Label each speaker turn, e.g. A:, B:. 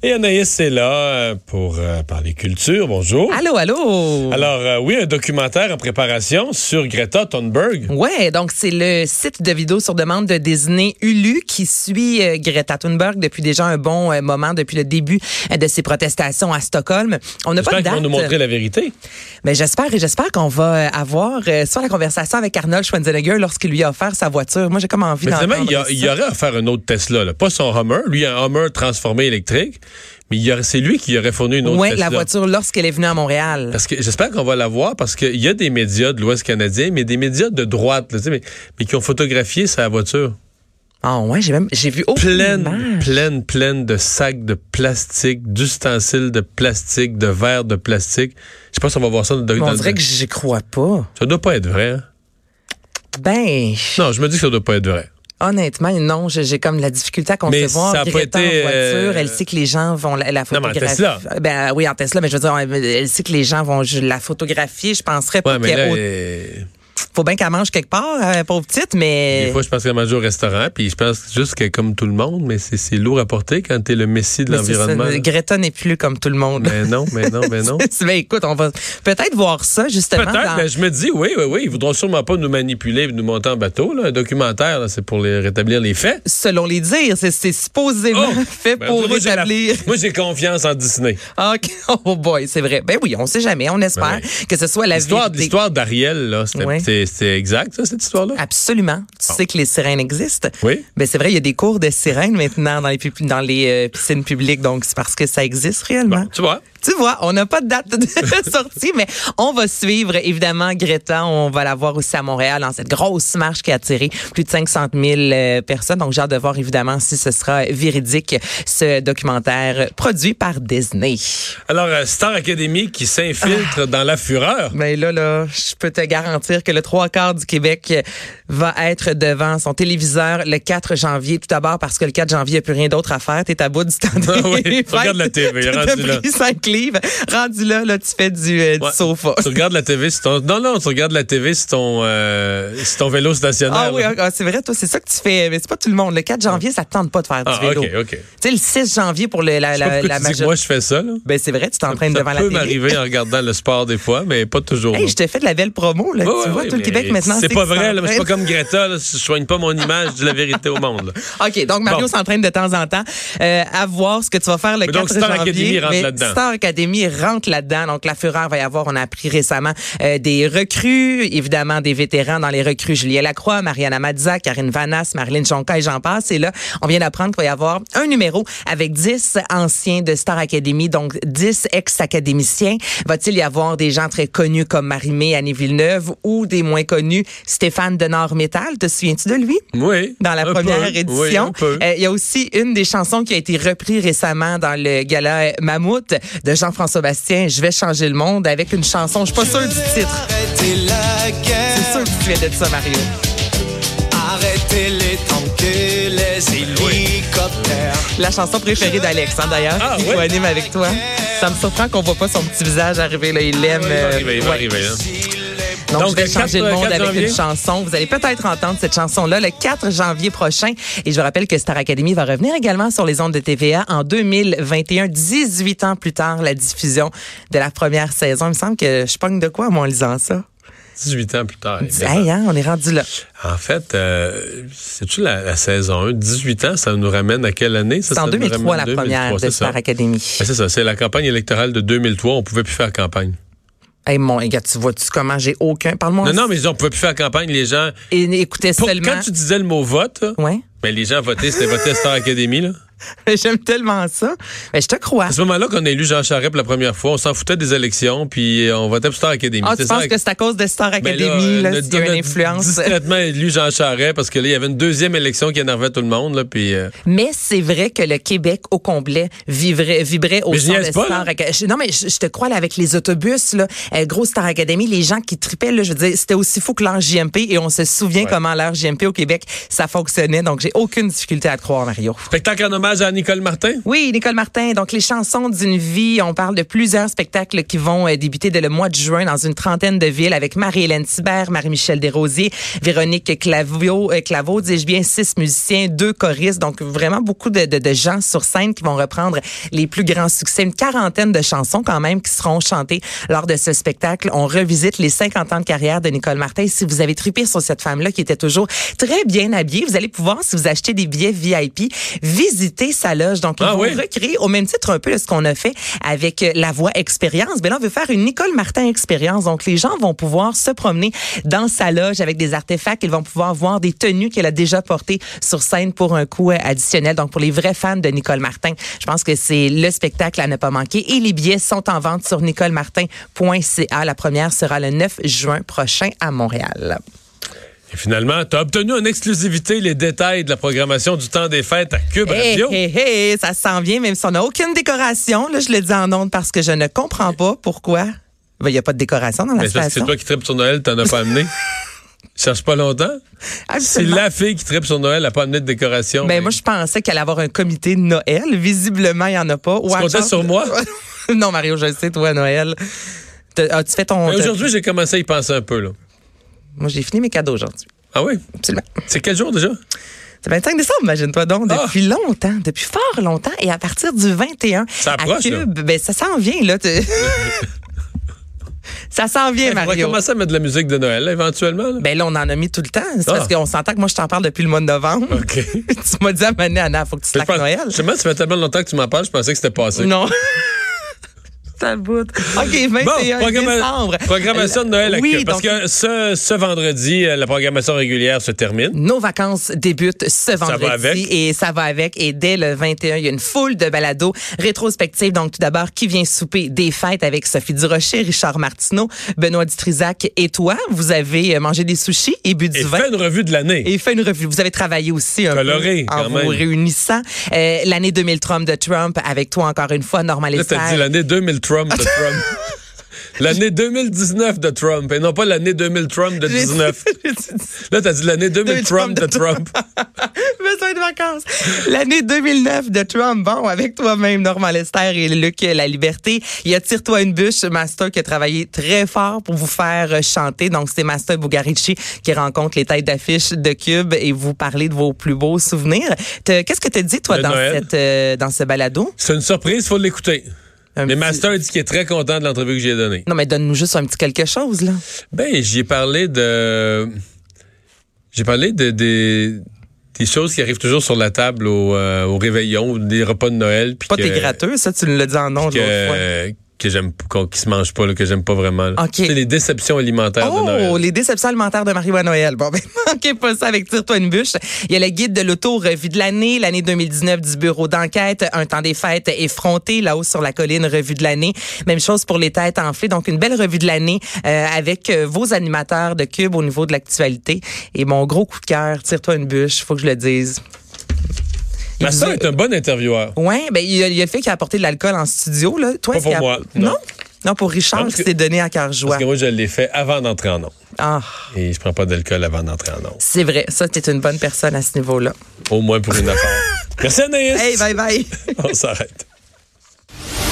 A: Et Anaïs est là euh, pour euh, parler culture. Bonjour.
B: Allô, allô.
A: Alors, euh, oui, un documentaire en préparation sur Greta Thunberg.
B: Ouais, donc c'est le site de vidéos sur demande de Disney Hulu qui suit euh, Greta Thunberg depuis déjà un bon euh, moment, depuis le début euh, de ses protestations à Stockholm. On n'a pas
A: J'espère
B: de
A: qu'ils vont
B: date.
A: nous montrer la vérité.
B: Mais j'espère et j'espère qu'on va euh, avoir euh, soit la conversation avec Arnold Schwarzenegger lorsqu'il lui a offert sa voiture. Moi, j'ai comme envie
A: Mais
B: d'entendre
A: finalement, il y, a-
B: ça.
A: il y aurait à faire un autre Tesla. là. Pas son Hummer. Lui, un Hummer transformé électrique. Mais il y aurait- c'est lui qui aurait fourni une autre
B: Ouais,
A: Tesla.
B: la voiture lorsqu'elle est venue à Montréal.
A: Parce que j'espère qu'on va la voir parce qu'il y a des médias de l'Ouest canadien, mais des médias de droite, là, tu sais, mais, mais qui ont photographié sa voiture.
B: Ah ouais, j'ai même j'ai vu aucune
A: pleine,
B: image.
A: pleine, pleine de sacs de plastique, d'ustensiles de plastique, de verres de plastique. Je sais pas si on va voir ça dans le
B: Mais
A: dans
B: on
A: le-
B: dirait que j'y crois pas.
A: Ça doit pas être vrai. hein?
B: Ben,
A: Non, je me dis que ça doit pas être vrai.
B: Honnêtement, non, j'ai j'ai comme de la difficulté à
A: Mais
B: concevoir
A: ça a pas
B: Greta
A: été,
B: en voiture.
A: euh,
B: Elle sait que les gens vont la, la
A: Non, mais en
B: photographier.
A: Tesla.
B: Ben euh, oui, en Tesla, mais je veux dire, elle elle sait que les gens vont ju- la photographier. Je penserais pas
A: Ouais, mais
B: qu'il y
A: là,
B: ait autre-
A: euh,
B: faut bien qu'elle mange quelque part, euh, pauvre petite, mais
A: des fois, je pense qu'elle mange au restaurant, puis je pense juste que comme tout le monde, mais c'est c'est lourd à porter quand t'es le messie de
B: mais c'est ça,
A: l'environnement. là.
B: Greta n'est plus comme tout le monde.
A: Mais non, mais non, mais non.
B: Ben, écoute, on va peut-être voir ça justement.
A: Peut-être,
B: dans-
A: mais je me dis, oui, oui, oui, ils voudront sûrement pas nous manipuler et nous monter en bateau. Là. Un documentaire, là, c'est pour les rétablir les faits.
B: Selon les dires, c'est- c'est supposément
A: Oh!
B: fait
A: Ben,
B: pour
A: moi, j'ai la-
B: rétablir.
A: Moi, j'ai confiance en Disney.
B: OK. Oh boy, c'est vrai. Ben oui, on sait jamais. On espère
A: Ben
B: que ce soit la
A: L'histoire,
B: vérité.
A: l'histoire d'Ariel, là, c'était,
B: Ouais.
A: c'est- c'est exact, ça, cette histoire-là?
B: Absolument. Tu sais que les sirènes existent.
A: Oui.
B: Ben c'est vrai, il y a des cours de sirènes maintenant dans les, pub- dans les euh, piscines publiques, donc c'est parce que ça existe réellement.
A: Bon, tu vois.
B: Tu vois, on n'a pas de date de sortie, mais on va suivre évidemment Greta. On va la voir aussi à Montréal dans cette grosse marche qui a attiré plus de 500 000 euh, personnes. Donc j'ai hâte de voir évidemment si ce sera véridique ce documentaire produit par Disney.
A: Alors, euh, Star Academy qui
B: Ah.
A: s'infiltre dans la fureur.
B: Mais Ben là, là, je peux te garantir que le trois quarts du Québec va être devant son téléviseur le 4 janvier. Tout d'abord parce que le 4 janvier, il n'y a plus rien d'autre à faire. T'es à bout du temps.
A: Ah oui,
B: des
A: tu regardes la
B: fêtes.
A: TV,
B: T'as
A: rendu là.
B: pris cinq livres. Rendu là, là, tu fais du, euh, du
A: Ouais.
B: sofa.
A: Tu regardes la TV sur ton... Non, non, tu regardes la TV sur ton, euh, sur ton vélo stationnaire.
B: Ah oui,
A: là.
B: ah, ah, c'est vrai, toi, c'est ça que tu fais. Mais c'est pas tout le monde. Le 4 janvier, ça te tente pas de faire du
A: Ah,
B: vélo.
A: OK, OK.
B: Tu sais, le 6 janvier pour le- la,
A: Je sais pas
B: la,
A: pourquoi
B: la
A: tu dis que
B: major-
A: moi, je fais ça, là.
B: Ben, c'est vrai, tu t'entraînes
A: Ça
B: devant la
A: peut
B: télé.
A: m'arriver en regardant le sport des fois, mais pas toujours.
B: Hey,
A: non.
B: je t'ai fait de la belle promo, là.
A: Ouais,
B: tu
A: ouais,
B: vois,
A: ouais,
B: tout le
A: mais
B: Québec maintenant.
A: C'est
B: sait
A: pas
B: que tu
A: vrai, là, mais je suis
B: t'entraînes.
A: pas comme Greta, là, je soigne pas mon image, je dis la vérité au monde. là.
B: OK, donc Mario
A: Bon.
B: s'entraîne de temps en temps euh, à voir ce que tu vas faire le
A: Mais
B: 4
A: donc, Star Academy
B: janvier.
A: rentre
B: mais
A: là-dedans.
B: Star Academy rentre là-dedans. Donc, la fureur va y avoir, on a appris récemment, euh, des recrues, évidemment des vétérans dans les recrues. Julien Lacroix, Mariana Mazza, Karine Vanas, Marlène Jonca et j'en passe. Et là, on vient d'apprendre qu'il va y avoir un numéro avec 10 anciens de Star Academy, donc 10 ex-académiciens. Va-t-il y avoir des gens très connus comme Marie-Mé, Annie Villeneuve ou des moins connus, Stéphane Denard-Métal? Te souviens-tu de lui?
A: Oui.
B: dans la
A: un
B: première
A: peu.
B: édition.
A: Oui, un peu.
B: Euh, Il y a aussi une des chansons qui a été reprise récemment dans le gala euh, Mammouth de Jean-François Bastien, Je vais changer le monde, avec une chanson, je suis pas sûre du titre.
C: Arrêtez la
B: C'est sûr
C: guerre,
B: que tu viens de ça, Mario.
C: arrêtez les tanks et les hélicoptères.
B: La chanson préférée d'Alex, hein, d'ailleurs,
A: Ah,
B: qui
A: ouais?
B: coanime avec toi. Ça me surprend qu'on voit pas son petit visage arriver là. Il l'aime.
A: Ah, Il va
B: euh,
A: arriver, il va
B: ouais.
A: arriver. hein.
B: Donc,
A: Donc,
B: je vais
A: le
B: changer
A: 4,
B: le monde
A: 4
B: avec
A: janvier.
B: une chanson. Vous allez peut-être entendre cette chanson-là le 4 janvier prochain. Et je vous rappelle que Star Academy va revenir également sur les ondes de TVA en 2021, 18 ans plus tard, la diffusion de la première saison. Il me semble que je pogne de quoi, moi, en lisant ça?
A: 18 ans plus tard. évidemment.
B: Hey, hein, on est rendu là.
A: En fait, euh, c'est-tu la, la saison 1? 18 ans, ça nous ramène à quelle année? Ça,
B: C'est en
A: ça nous
B: 2003,
A: ramène
B: la première
A: 2003,
B: de
A: c'est ça.
B: Star Academy.
A: Ben, C'est ça, c'est la campagne électorale de 2003. On pouvait plus faire campagne.
B: Hey, mon gars, tu vois-tu comment j'ai aucun... Parle-moi.
A: Non, non, mais on pouvait plus faire campagne. Les gens.
B: Et écoutez
A: Pour-
B: seulement...
A: Quand tu disais le mot vote, là,
B: Ouais.
A: ben, les gens votaient, c'était voter Star Academy. Là.
B: J'aime tellement ça. Mais je te crois.
A: À ce moment-là qu'on a élu Jean Charest pour la première fois, on s'en foutait des élections, puis euh, on votait pour Star Academy.
B: Ah, tu
A: ça,
B: penses que c'est à cause de Star
A: Ben là,
B: Academy, là,
A: euh,
B: s'il y a
A: notre-
B: une influence?
A: Discrètement élu Jean Charest parce que là, il y avait une deuxième élection qui énervait tout le monde. Là, puis, euh,
B: Mais c'est vrai que le Québec au complet vivrait, vibrait au
A: Mais je
B: son de
A: niaise pas,
B: Star Academy. Non, mais je, je te crois, là, avec les autobus, là, euh, gros Star Academy, les gens qui tripaient, là, je veux dire, c'était aussi fou que l'heure JMP et on se souvient comment l'heure JMP au Québec, ça fonctionnait. Donc, j'ai aucune difficulté à te croire, Mario.
A: Spectacle en hommage hommage à Nicole Martin?
B: Oui, Nicole Martin. Donc, les chansons d'une vie. On parle de plusieurs spectacles qui vont euh, débuter dès le mois de juin dans une trentaine de villes avec Marie-Hélène Thibert, Marie-Michel Desrosiers, Véronique Clavio, euh, Claveau, dis-je bien, six musiciens, deux choristes. Donc, vraiment beaucoup de, de- de gens sur scène qui vont reprendre les plus grands succès. Une quarantaine de chansons quand même qui seront chantées lors de ce spectacle. On revisite les 50 ans de carrière de Nicole Martin. Si vous avez trippé sur cette femme-là qui était toujours très bien habillée, vous allez pouvoir, si vous achetez des billets VIP, visiter sa loge. Donc, ils
A: Ah
B: vont
A: oui?
B: recréer au même titre un peu de ce qu'on a fait avec euh, la voix expérience. Mais là, on veut faire une Nicole Martin expérience. Donc, les gens vont pouvoir se promener dans sa loge avec des artefacts. Ils vont pouvoir voir des tenues qu'elle a déjà portées sur scène pour un coût euh, additionnel. Donc, pour les vrais fans de Nicole Martin, je pense que c'est le spectacle à ne pas manquer. Et les billets sont en vente sur nicolemartin.ca. La première sera le 9 juin prochain à Montréal.
A: Et finalement, tu as obtenu en exclusivité les détails de la programmation du temps des fêtes à Cube
B: Hey,
A: Radio.
B: hey, hey, ça s'en vient, même si on n'a aucune décoration. Là, je le dis en ondes parce que je ne comprends pas pourquoi. Ben, Il n'y a pas de décoration dans la
A: Mais c'est parce que c'est
B: station.
A: toi qui tripes sur Noël, t'en as pas amené. Cherche pas longtemps. C'est
B: Absolument.
A: la fille qui tripe sur Noël, elle a pas amené de décoration.
B: Ben, moi, je pensais qu'elle allait avoir un comité de Noël. Visiblement, il n'y en a pas. Ou
A: Tu
B: à
A: comptais
B: chance-
A: sur moi?
B: non, Mario, je le sais, toi, Noël. T'as- As-tu fait ton.
A: Mais Ben, Aujourd'hui, j'ai commencé à y penser un peu. Là.
B: Moi, j'ai fini mes cadeaux aujourd'hui.
A: Ah oui?
B: Absolument.
A: C'est quel jour déjà?
B: C'est le 25 décembre, imagine-toi donc,
A: Ah!
B: depuis longtemps, depuis fort longtemps, et à partir du 21
A: Ça
B: à
A: approche,
B: Cube, ben, ça s'en vient, là. tu- ça s'en vient,
A: On va
B: Mario.
A: commencer à mettre de la musique de Noël, là, éventuellement. là.
B: Ben là, on en a mis tout le temps. C'est
A: Ah.
B: parce qu'on s'entend que moi, je t'en parle depuis le mois de novembre.
A: OK.
B: tu m'as dit à Mané, Anna, faut que tu
A: Je
B: slackes
A: pense-
B: Noël.
A: Justement, ça fait tellement longtemps que tu m'en parles, je pensais que c'était passé.
B: Non. Ça le bout. OK, 21
A: programma-
B: décembre.
A: programmation de Noël à
B: Oui,
A: Cube. Parce
B: donc-
A: que ce, ce vendredi, euh, la programmation régulière se termine.
B: Nos vacances débutent ce vendredi
A: va avec.
B: et ça va avec. Et dès le 21, il y a une foule de balados rétrospectives. Donc, tout d'abord, qui vient souper des fêtes avec Sophie Durocher, Richard Martineau, Benoît Dutrisac et toi. Vous avez euh, mangé des sushis et bu du
A: Et
B: vin.
A: fait une revue de l'année.
B: Et fait une revue. Vous avez travaillé aussi un
A: Coloré,
B: peu en
A: quand
B: vous
A: même.
B: réunissant. Euh, L'année 2003 de Trump, avec toi encore une fois, Norman
A: Là, t'as
B: Lester.
A: dit l'année 2000 Trump de Trump. L'année 2019 de Trump, et non pas l'année 2000 Trump de 19. Là, t'as dit l'année 2000 Trump de Trump.
B: Besoin de vacances. L'année 2009 de Trump, bon, avec toi-même, Normand Lester et Luc La Liberté. Il y a Tire-toi une bûche, Master qui a travaillé très fort pour vous faire euh, chanter. Donc, c'est Master Bugarici qui rencontre les têtes d'affiche de Cube et vous parlez de vos plus beaux souvenirs. Te- Qu'est-ce que tu dis, toi,
A: De
B: dans,
A: Noël.
B: cette, euh, dans ce balado?
A: C'est une surprise, faut l'écouter.
B: Un
A: Mais
B: petit-
A: Master dit qu'il est très content de l'entrevue que j'ai donnée.
B: Non, mais donne-nous juste un petit quelque chose, là.
A: Ben, j'y ai parlé de. J'ai parlé de, des- des choses qui arrivent toujours sur la table au, euh, au réveillon, ou des repas de Noël. puis
B: Pas
A: que-
B: tes gratteux, ça, tu le dis en nom de l'autre fois.
A: que, que j'aime qu'on- qui se mange pas là, que j'aime pas vraiment. là.
B: OK.
A: C'est les déceptions alimentaires de
B: Oh,
A: Noël.
B: les déceptions alimentaires de Mario à Noël. Bon, ben, manquez pas ça avec Tire-toi une bûche. Il y a le guide de l'auto-revue de l'année, l'année 2019 du bureau d'enquête, un temps des fêtes effronté, là-haut sur la colline, revue de l'année. Même chose pour les têtes enflées. Donc, une belle revue de l'année euh, avec euh, vos animateurs de Cube au niveau de l'actualité. Et mon gros coup de cœur, Tire-toi une bûche, faut que je le dise.
A: Ma soeur est un bon intervieweur.
B: Ouais, ben, il y a, il y a le fait qu'il a apporté de l'alcool en studio, là. Toi,
A: Pas
B: est-ce qu'il
A: pour
B: a-
A: moi,
B: Non?
A: non.
B: non? pour Richard,
A: Non, parce
B: qui
A: que-
B: s'est donné à cœur
A: Parce
B: joie.
A: que moi, je l'ai fait avant d'entrer en nom.
B: Ah.
A: Et je prends pas d'alcool avant d'entrer en nom.
B: C'est vrai, ça, t'es une bonne personne à ce niveau-là.
A: Au moins pour une affaire. Merci Anaïs.
B: Hey, bye bye.
A: On s'arrête.